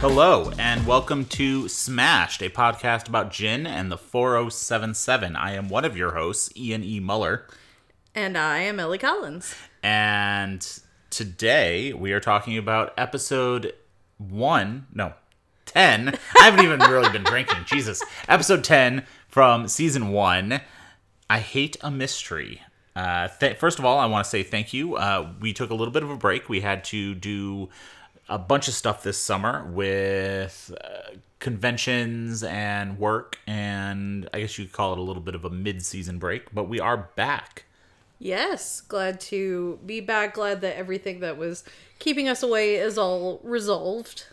Hello, and welcome to Smashed, a podcast about gin and the 4077. I am one of your hosts, Ian E. Muller, And I am Ellie Collins. and today we are talking about episode one, no, 10. I haven't even really been drinking, Jesus. Episode 10 from season one I Hate a Mystery. Uh, th- first of all, I want to say thank you. Uh, we took a little bit of a break. We had to do a bunch of stuff this summer with uh, conventions and work, and I guess you could call it a little bit of a mid season break, but we are back. Yes, glad to be back. Glad that everything that was keeping us away is all resolved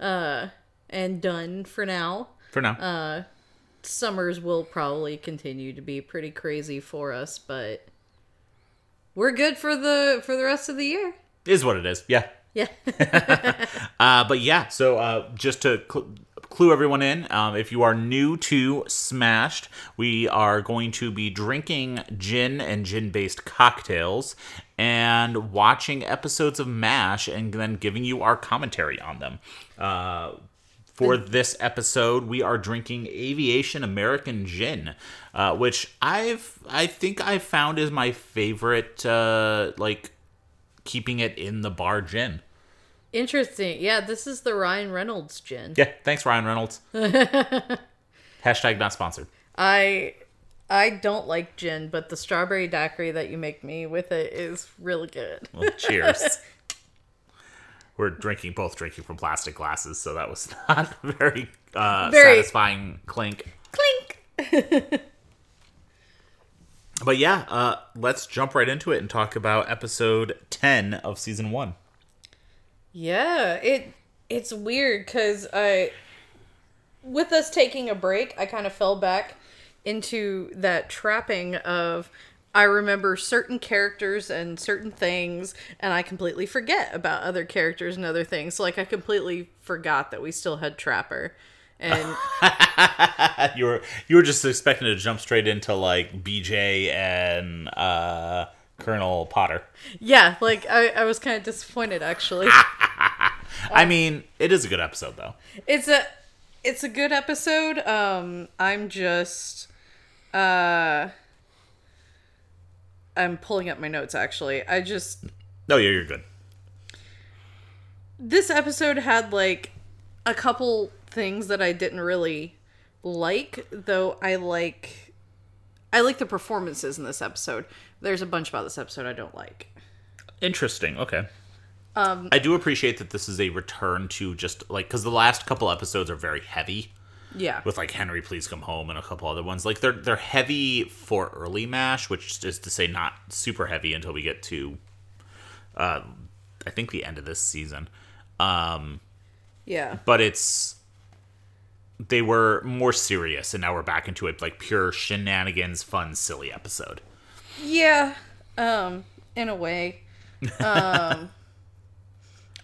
uh, and done for now. For now. Summers will probably continue to be pretty crazy for us, but we're good for the for the rest of the year. is what it is. Yeah. Yeah. Uh, but yeah, so uh, just to cl- clue everyone in, um, if you are new to Smashed, we are going to be drinking gin and gin based cocktails and watching episodes of MASH and then giving you our commentary on them. Uh, for this episode, we are drinking Aviation American Gin, uh, which I've I think I found is my favorite. Uh, like keeping it in the bar gin. Interesting. Yeah, this is the Ryan Reynolds gin. Yeah, thanks, Ryan Reynolds. Hashtag not sponsored. I I don't like gin, but the strawberry daiquiri that you make me with it is really good. Well, cheers. We're drinking, both drinking from plastic glasses, so that was not a very, uh, Very- satisfying clink. Clink. But yeah, uh, let's jump right into it and talk about episode 10 of season one. Yeah, it it's weird because I, with us taking a break, I kind of fell back into that trapping of I remember certain characters and certain things, and I completely forget about other characters and other things. So, like I completely forgot that we still had Trapper, and You were you were just expecting to jump straight into like BJ and uh, Colonel Potter. yeah, like I, I was kind of disappointed actually. I mean, it is a good episode though. it's a it's a good episode um i'm just uh i'm pulling up my notes actually i just No, yeah, you're good. this episode had like a couple things that i didn't really like though i like i like the performances in this episode there's a bunch about this episode i don't like Interesting. Okay. Um, I do appreciate that this is a return to just like because the last couple episodes are very heavy yeah with like Henry, please come home, and a couple other ones. Like they're they're heavy for early Mash, which is to say not super heavy until we get to, uh, I think the end of this season. Um, yeah but it's they were more serious, and now we're back into it like pure shenanigans, fun, silly episode. Yeah, um, in a way. Um,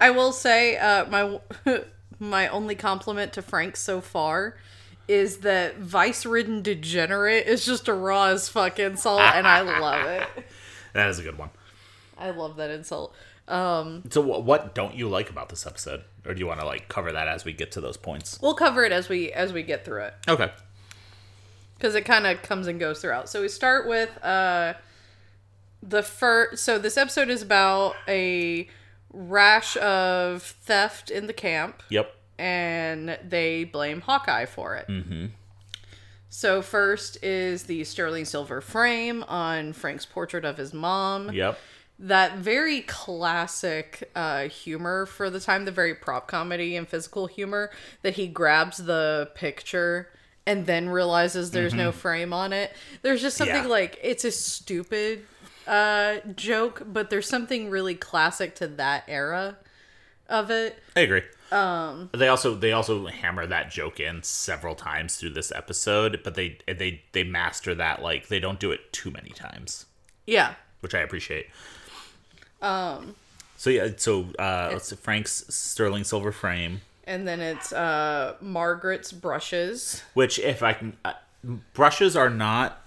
I will say uh, my my only compliment to Frank so far is that vice-ridden degenerate is just a raw as fuck insult, and I love it. That is a good one. I love that insult. So, wh- what don't you like about this episode, or do you want to like cover that as we get to those points? We'll cover it as we as we get through it Okay. because it kind of comes and goes throughout. So we start with uh, the first. So this episode is about a rash of theft in the camp. Yep. and they blame Hawkeye for it. Mm-hmm. So first is the sterling silver frame on Frank's portrait of his mom. Yep. That very classic uh, humor for the time, the very prop comedy and physical humor that he grabs the picture and then realizes there's no frame on it. There's just something Yeah. like it's a stupid uh, joke, but there's something really classic to that era of it. I agree. Um. They also they also hammer that joke in several times through this episode, but they they they master that like they don't do it too many times, Yeah. which I appreciate. Um. So yeah. So uh, let's see, Frank's sterling silver frame, And then it's uh, Margaret's brushes. which if I can, uh, brushes are not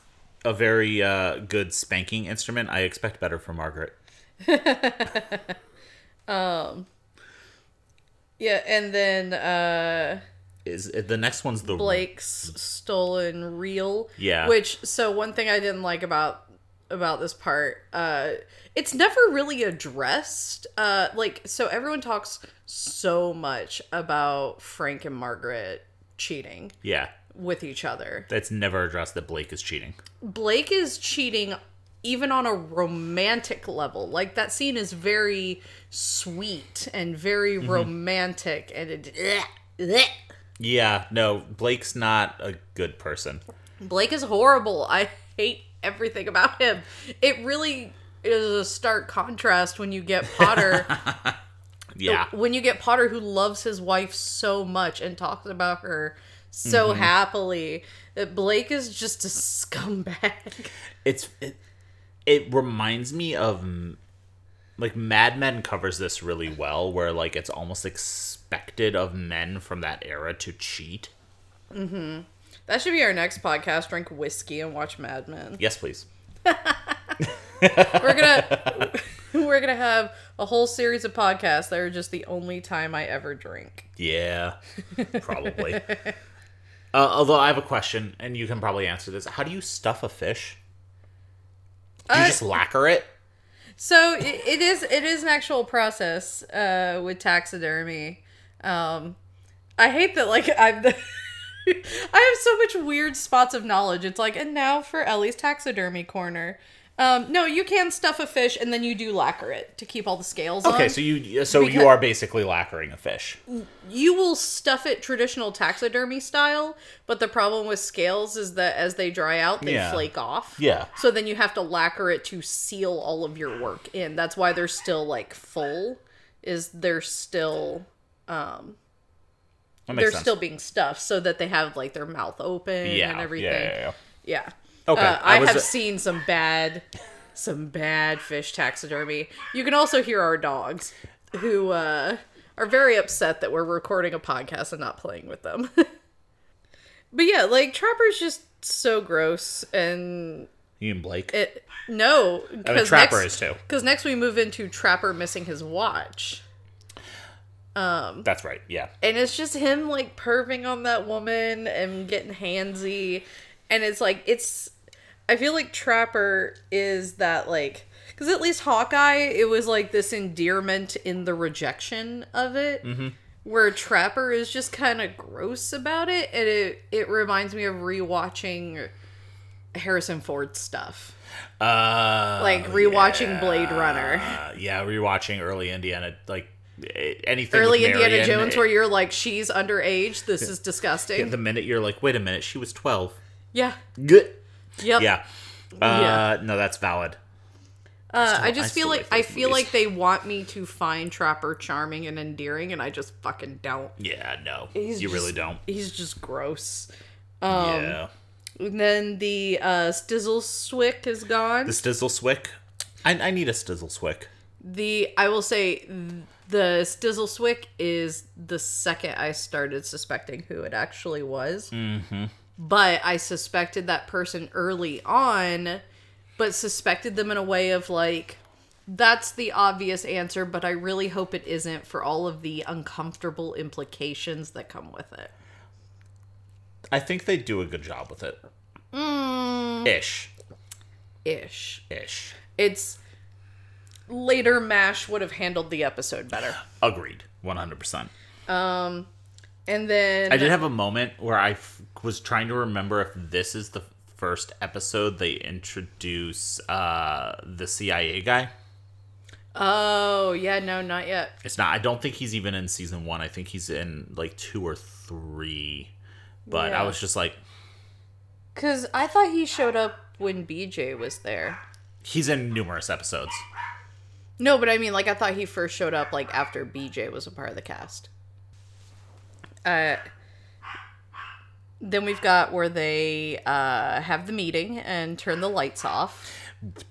a very uh, good spanking instrument. I expect better from Margaret. Yeah, and then uh Is the next one's the Blake's stolen reel. Yeah. Which so one thing I didn't like about about this part, uh it's never really addressed. Uh like so everyone talks so much about Frank and Margaret cheating Yeah, with each other. that's never addressed that Blake is cheating. Blake is cheating even on a romantic level. Like that scene is very sweet and very romantic and it Yeah, no, Blake's not a good person. Blake is horrible. I hate everything about him. It really is a stark contrast when you get Potter Yeah. when you get Potter who loves his wife so much and talks about her so happily that Blake is just a scumbag. it's it, it reminds me of mm, like Mad Men covers this really well, where like it's almost expected of men from that era to cheat. That should be our next podcast. Drink whiskey and watch Mad Men. Yes, please. We're gonna we're gonna have a whole series of podcasts that are just the only time I ever drink. Yeah, probably. uh, although I have a question, and you can probably answer this: How do you stuff a fish? Do you Uh, just lacquer it? So i it is it is an actual process uh, with taxidermy. Um, I hate that like I'm the I have so much weird spots of knowledge. It's like and now for Ellie's taxidermy corner. Um, no, you can stuff a fish and then you do lacquer it to keep all the scales on. Okay, so you so um, because- you are basically lacquering a fish. you will stuff it traditional taxidermy style, but the problem with scales is that as they dry out, they Yeah. flake off. Yeah. So then you have to lacquer it to seal all of your work in. That's why they're still like full. Is they're still That makes they're sense. still being stuffed so that they have like their mouth open yeah, and everything. Yeah, yeah, yeah. Yeah. Okay, Uh, I I, was- have seen some bad, some bad fish taxidermy. You can also hear our dogs, who uh, are very upset that we're recording a podcast and not playing with them. but yeah, like Trapper's just so gross, and You and Blake. it, no, I mean, because Trapper next, is too. Because next we move into Trapper missing his watch. That's right. Yeah. and it's just him like perving on that woman and getting handsy and it's like it's i feel like trapper is that like because at least hawkeye it was like this endearment in the rejection of it where trapper is just kind of gross about it and it it reminds me of rewatching harrison ford stuff Uh, like rewatching blade runner Uh, yeah, rewatching early Indiana, like eh, anything. early with indiana Marion, jones eh, where you're like she's underage this is disgusting the minute you're like, wait a minute, she was twelve. yeah Good. yep Yeah. Uh, Yeah. No, that's valid. Uh, I I just still feel like like I those feel movies. like they want me to find Trapper charming and endearing, and I just fucking don't. Yeah. No, He's you really just- um, don't. He's just gross. yeah. And then the uh, Stizzle Swick is gone. The Stizzle Swick. I, I need a Stizzle Swick. The I will say th- the Stizzle Swick is the second I started suspecting who it actually was. Mm-hmm. But I suspected that person early on, but suspected them in a way of like, that's the obvious answer, but I really hope it isn't for all of the uncomfortable implications that come with it. I think they do a good job with it. Mm. Ish. Ish. Ish. It's later MASH would have handled the episode better. Agreed. One hundred percent. And then I did have a moment where I f- was trying to remember if this is the first episode they introduce uh, the CIA guy. Oh yeah, no, not yet. It's not. I don't think he's even in season one. I think he's in like two or three. But Yeah. I was just like, Cause I thought he showed up when BJ was there. he's in numerous episodes. No, but I mean, like, I thought he first showed up like after BJ was a part of the cast. Uh, then we've got where they uh have the meeting and turn the lights off. Uh,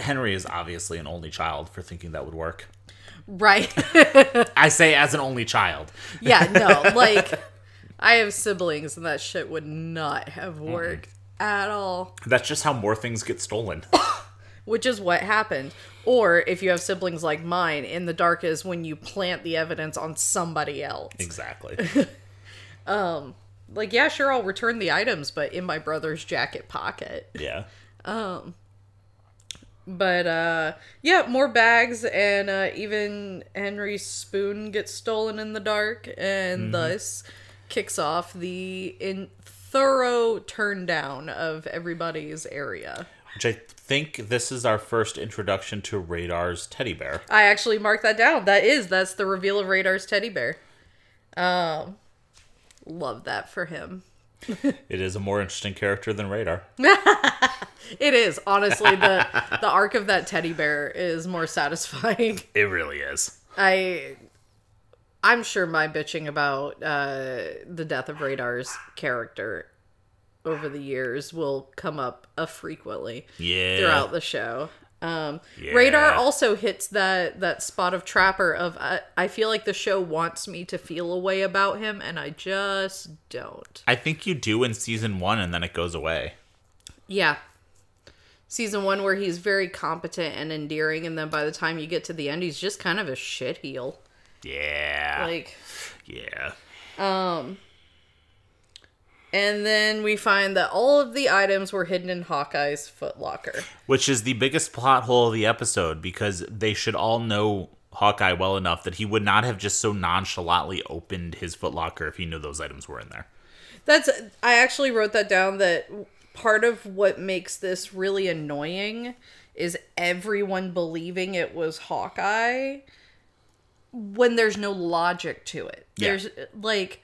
Henry is obviously an only child for thinking that would work. Right? I say as an only child. yeah. No, like, I have siblings, and that shit would not have worked at all. That's just how more things get stolen. which is what happened. Or if you have siblings like mine, in the dark is when you plant the evidence on somebody else. Exactly. Like, yeah, sure, I'll return the items, but in my brother's jacket pocket. yeah. But uh yeah, more bags and uh even Henry's spoon gets stolen in the dark and thus kicks off the in thorough turn down of everybody's area. Which I think this is our first introduction to Radar's teddy bear. I actually marked that down. That is that's the reveal of Radar's teddy bear. Um love that for him. It is a more interesting character than Radar. It is honestly the the arc of that teddy bear is more satisfying. It really is. I I'm sure my bitching about uh, the death of Radar's character over the years will come up uh, frequently Yeah. throughout the show. Um, Yeah. Radar also hits that that spot of Trapper of I, I feel like the show wants me to feel a way about him and I just don't. I think you do in season one, and then it goes away. Yeah. Season one where he's very competent and endearing, and then by the time you get to the end, he's just kind of a shit heel. Yeah. Like yeah. And then we find that all of the items were hidden in Hawkeye's footlocker. Which is the biggest plot hole of the episode because they should all know Hawkeye well enough that he would not have just so nonchalantly opened his footlocker if he knew those items were in there. That's I actually wrote that down that part of what makes this really annoying is everyone believing it was Hawkeye when there's no logic to it. Yeah. There's like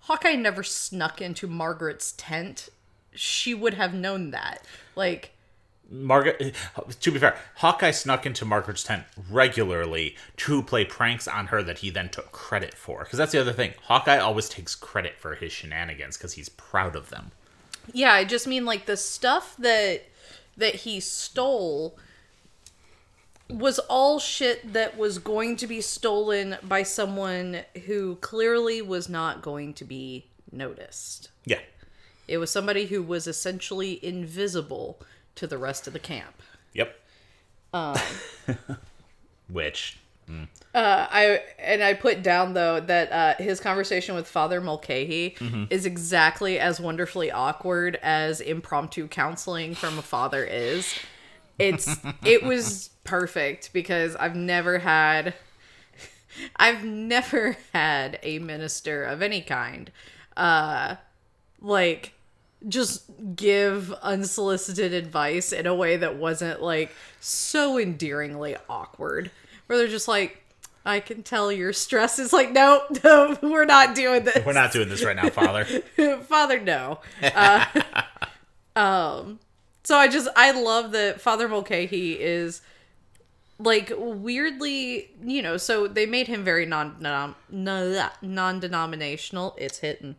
Hawkeye never snuck into Margaret's tent. She would have known that. Like Margaret, to be fair, Hawkeye snuck into Margaret's tent regularly to play pranks on her that he then took credit for. Because that's the other thing. Hawkeye always takes credit for his shenanigans because he's proud of them. Yeah, I just mean like the stuff that that he stole was all shit that was going to be stolen by someone who clearly was not going to be noticed. Yeah. It was somebody who was essentially invisible to the rest of the camp. Yep. Which, Uh, I and I put down though that uh, his conversation with Father Mulcahy is exactly as wonderfully awkward as impromptu counseling from a father is. It's it was perfect because I've never had I've never had a minister of any kind uh like just give unsolicited advice in a way that wasn't like so endearingly awkward where they're just like I can tell your stress is like no no we're not doing this we're not doing this right now, Father. Father, no. Uh, um, so I just I love that Father Mulcahy is like weirdly, you know. So they made him very non non non denominational. It's hitting.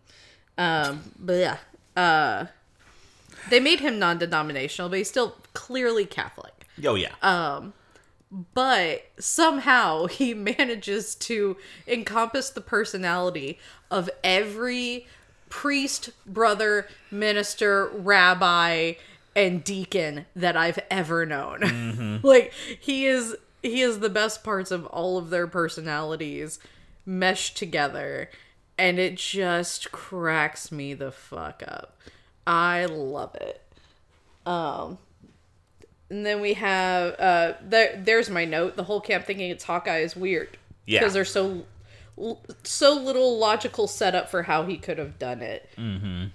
Um, but yeah, uh, they made him non denominational, but he's still clearly Catholic oh, yeah. but somehow he manages to encompass the personality of every priest, brother, minister, rabbi, and deacon that I've ever known. like he is he is the best parts of all of their personalities meshed together and it just cracks me the fuck up. I love it. Um, And then we have uh there there's my note. The whole camp thinking it's Hawkeye is weird. Yeah. Because there's so l- so little logical setup for how he could have done it. Mm.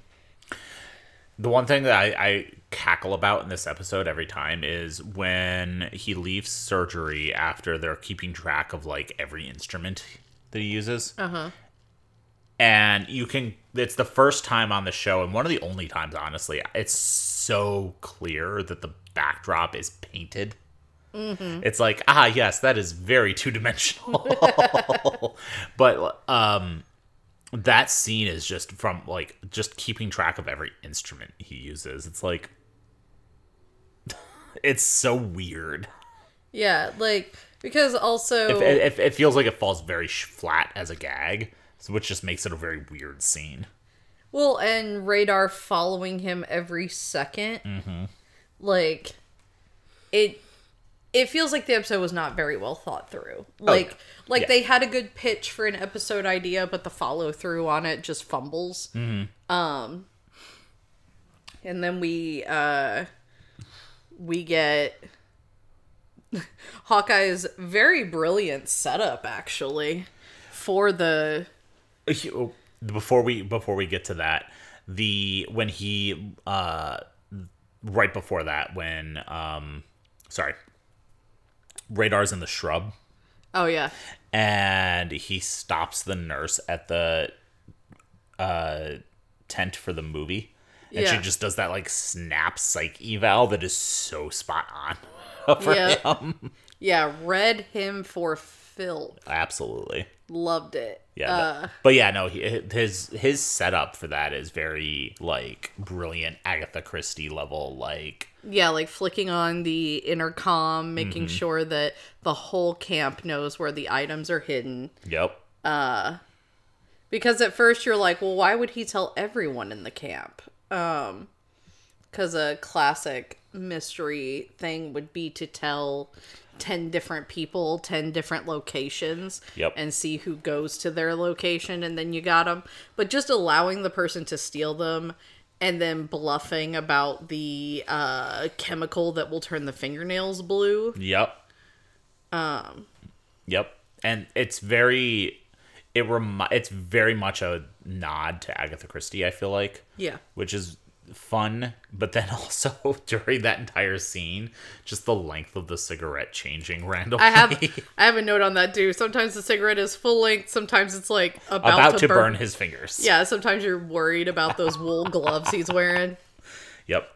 The one thing that I, I cackle about in this episode every time is when he leaves surgery after they're keeping track of like every instrument that he uses. Uh huh. And you can, it's the first time on the show, and one of the only times, honestly, it's so clear that the backdrop is painted. It's like, ah, yes, that is very two dimensional. but um, that scene is just from like just keeping track of every instrument he uses. It's like it's so weird. Yeah, like because also If It, it, it feels like it falls very sh- flat as a gag, so- which just makes it a very weird scene. well, and radar Mm-hmm. following him every 2nd Like it it feels like the episode was not very well thought through. Like Oh, like Yeah. they had a good pitch for an episode idea, but the follow through on it just fumbles. Um, Mm-hmm. and then we uh, we get Hawkeye's very brilliant setup actually for the before we before we get to that the when he uh right before that when um sorry radar's in the shrub oh yeah and he stops the nurse at the uh tent for the movie and she Yeah. just does that like snap psych eval that is so spot on for Yeah. him yeah read him for Phil absolutely loved it Yeah, Uh. that- but yeah, no, he, his his setup for that is very like brilliant Agatha Christie level. Like, Yeah, like flicking on the intercom, making Mm-hmm. sure that the whole camp knows where the items are hidden. yep, Because at first you're like, well, why would he tell everyone in the camp? Um, because a classic mystery thing would be to tell 10 different people, 10 different locations, Yep. and see who goes to their location, and then you got them. But just allowing the person to steal them and then bluffing about the uh, chemical that will turn the fingernails blue. yep, um, Um. yep, and it's very, it remi- it's very much a nod to Agatha Christie. I feel like, Yeah. which is fun, but then also during that entire scene, just the length of the cigarette changing randomly. I have I have a note on that too. Sometimes the cigarette is full length, sometimes it's like about, about to burn burn his fingers. Yeah, sometimes you're worried about those wool gloves he's wearing. Yep.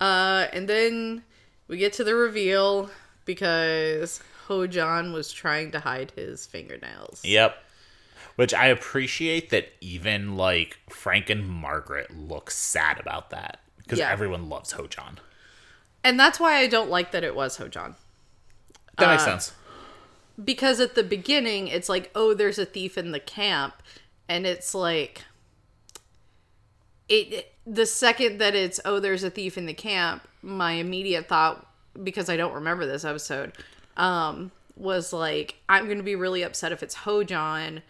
Uh, and then we get to the reveal because Ho John was trying to hide his fingernails. Yep. Which I appreciate that even like Frank and Margaret look sad about that because Yeah. everyone loves Ho John. And that's why I don't like that it was Ho John. That Uh, makes sense. Because at the beginning, it's like, oh, there's a thief in the camp. And it's like, it the second that it's, oh, there's a thief in the camp, my immediate thought, because I don't remember this episode, um, was like, I'm going to be really upset if it's Ho John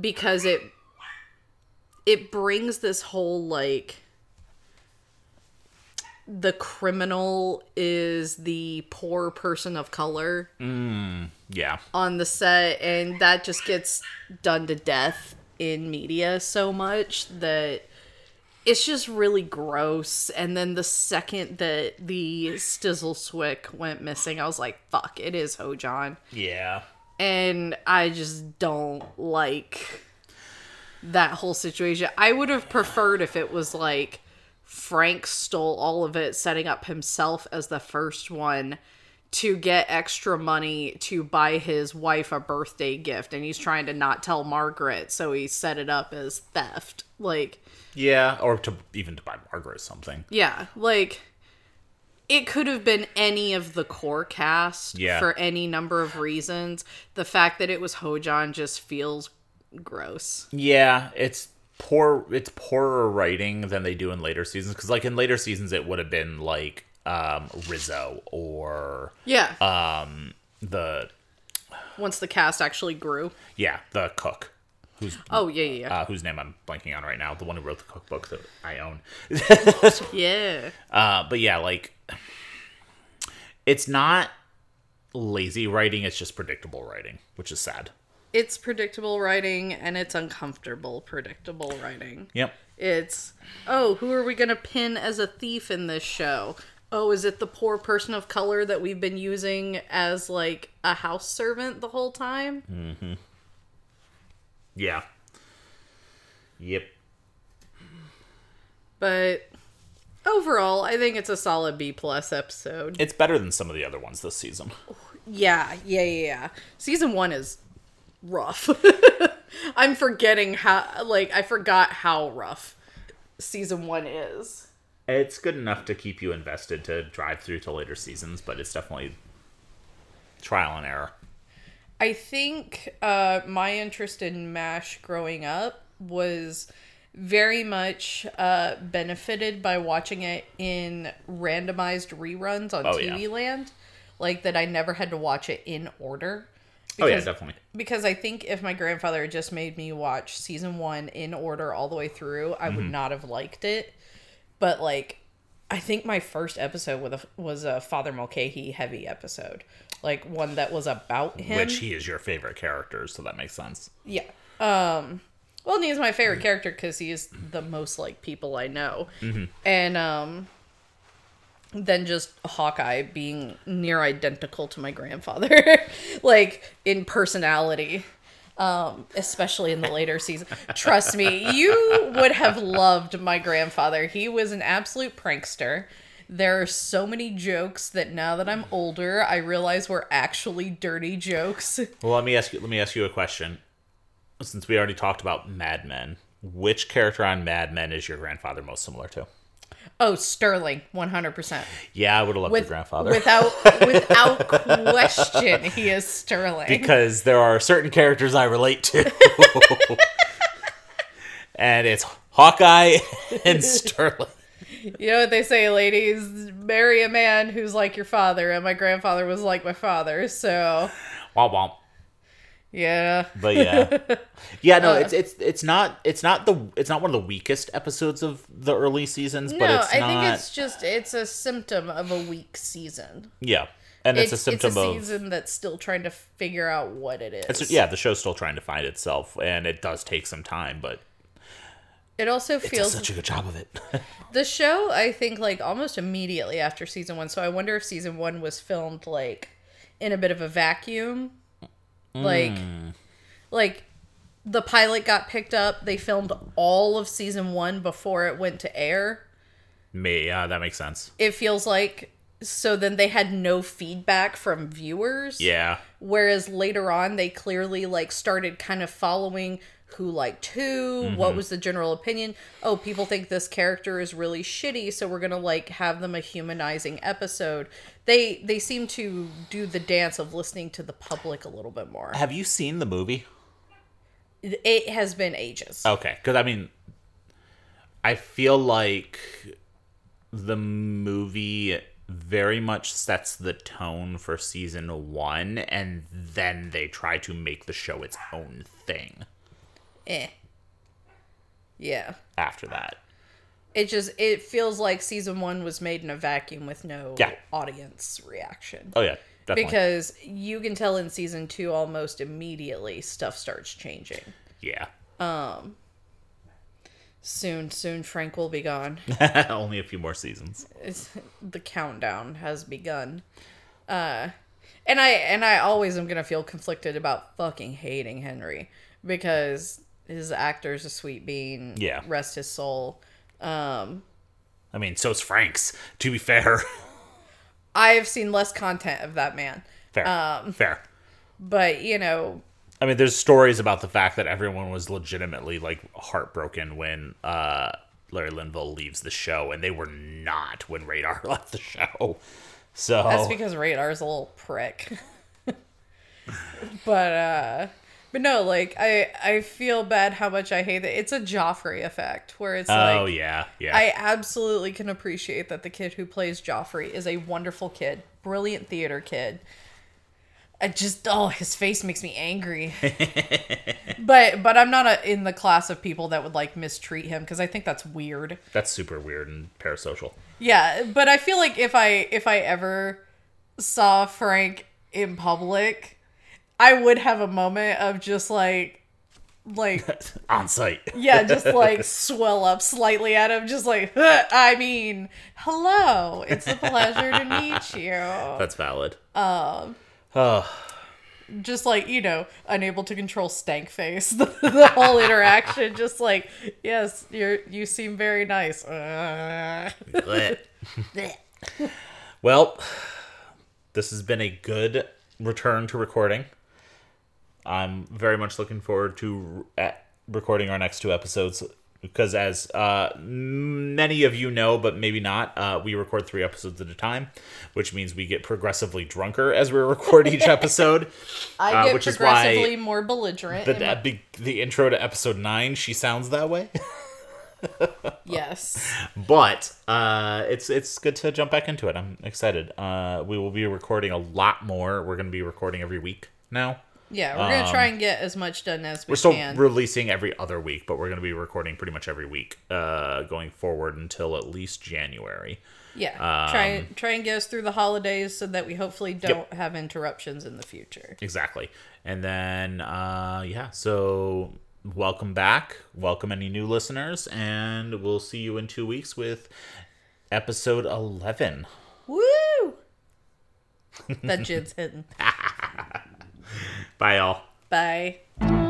because it it brings this whole like the criminal is the poor person of color Yeah. on the set and that just gets done to death in media so much that it's just really gross and then the second that the stizzle swick went missing i was like fuck it is ho john Yeah. and i just don't like that whole situation i would have preferred if it was like frank stole all of it setting up himself as the first one to get extra money to buy his wife a birthday gift and he's trying to not tell margaret so he set it up as theft like Yeah. Or to even to buy Margaret something. yeah, like it could have been any of the core cast Yeah. for any number of reasons. The fact that it was Hojan just feels gross. Yeah. It's poor. It's poorer writing than they do in later seasons because like in later seasons it would have been like um Rizzo or Yeah. the Once the cast actually grew. yeah the cook who's Oh yeah, yeah, yeah. uh, whose name I'm blanking on right now the one who wrote the cookbook that I own. yeah. Uh, but yeah, like it's not lazy writing; it's just predictable writing, which is sad. It's predictable writing and it's uncomfortable predictable writing. Yep. It's oh, who are we gonna pin as a thief in this show? Oh, is it the poor person of color that we've been using as like a house servant the whole time? Yeah. Yep. but overall i think it's a solid b plus episode It's better than some of the other ones this season. yeah yeah yeah, yeah. season one is rough i'm forgetting how like i forgot how rough season one is It's good enough to keep you invested to drive through to later seasons, but it's definitely trial and error. I think uh, my interest in MASH growing up was very much uh, benefited by watching it in randomized reruns on Oh, yeah. TV land. like that I never had to watch it in order. Oh yeah, Because- definitely. because I think if my grandfather had just made me watch season one in order all the way through, I would not have liked it. But like, I think my first episode with a, was a Father Mulcahy heavy episode, like one that was about him. Which he is your favorite character, so that makes sense. Yeah. Um. Well, and he's my favorite character because he is the most like people I know, and um, then just Hawkeye being near identical to my grandfather, like in personality, um, especially in the later season. Trust me, you would have loved my grandfather. He was an absolute prankster. There are so many jokes that now that I'm older, I realize were actually dirty jokes. Well, let me ask you. Let me ask you a question. Since we already talked about Mad Men, which character on Mad Men is your grandfather most similar to? Oh, Sterling, one hundred percent. Yeah, I would have loved your With- grandfather. Without without question, he is Sterling. because there are certain characters I relate to. and it's Hawkeye and Sterling. you know what they say, ladies? Marry a man who's like your father, and my grandfather was like my father, so Womp womp. yeah. But yeah. Yeah, Uh, no, it's it's it's not it's not the it's not one of the weakest episodes of the early seasons, but no, it's I not think it's just it's a symptom of a weak season. Yeah. And it's, a symptom of season that's still trying to figure out what it is. it's- yeah, the show's still trying to find itself and it does take some time, but It also it does feels such a good job of it. the show i think like almost immediately after season one so i wonder if season one was filmed like in a bit of a vacuum like like the pilot got picked up they filmed all of season one before it went to air Me, yeah, that makes sense. it feels like so then they had no feedback from viewers Yeah. whereas later on they clearly like started kind of following who liked who what was the general opinion oh people think this character is really shitty so we're gonna like have them a humanizing episode they they seem to do the dance of listening to the public a little bit more Have you seen the movie? it has been ages Okay, because I mean, I feel like the movie very much sets the tone for season one, and then they try to make the show its own thing eh. yeah after that. it just it feels like season one was made in a vacuum with no Yeah. audience reaction Oh yeah, definitely. because you can tell in season two almost immediately stuff starts changing yeah, soon soon frank will be gone only a few more seasons. It's- the countdown has begun uh and i and i always am gonna feel conflicted about fucking hating henry because his actor's a sweet bean Yeah. rest his soul I mean, so's Frank's. To be fair, i've seen less content of that man fair, fair. but you know I mean, there's stories about the fact that everyone was legitimately like heartbroken when uh, Larry Linville leaves the show, and they were not when Radar left the show. So That's because Radar's a little prick. but uh but no, like I I feel bad how much I hate it. It's a Joffrey effect where it's oh like yeah, yeah, I absolutely can appreciate that the kid who plays Joffrey is a wonderful kid, brilliant theater kid. I just oh, his face makes me angry. but but I'm not a, in the class of people that would like mistreat him because I think that's weird. that's super weird and parasocial. Yeah, but I feel like if I if I ever saw Frank in public, I would have a moment of just like like On site, yeah, just like swell up slightly at him just like "Huh, I mean, hello. It's a pleasure to meet you. that's valid. um, Just like, you know, unable to control stank face the, the whole interaction just like, yes, you're you seem very nice. Uh. Blech. well, this has been a good return to recording. I'm very much looking forward to uh, recording our next two episodes because, as uh, many of you know, but maybe not, uh, we record three episodes at a time, which means we get progressively drunker as we record each episode. I Uh, get which is why progressively more belligerent. the, in my- the, the intro to episode nine, she sounds that way. yes. but uh, it's it's good to jump back into it. I'm excited. Uh, we will be recording a lot more. We're going to be recording every week now. Yeah, we're gonna try and get as much done as we We're still can. releasing every other week, but we're going to be recording pretty much every week uh, going forward until at least January. yeah, try try and get us through the holidays so that we hopefully don't have interruptions in the future. Exactly. And then, uh, yeah, so welcome back. Welcome any new listeners. And we'll see you in two weeks with episode 11. Woo! that jit's hitting. Bye, all. Bye.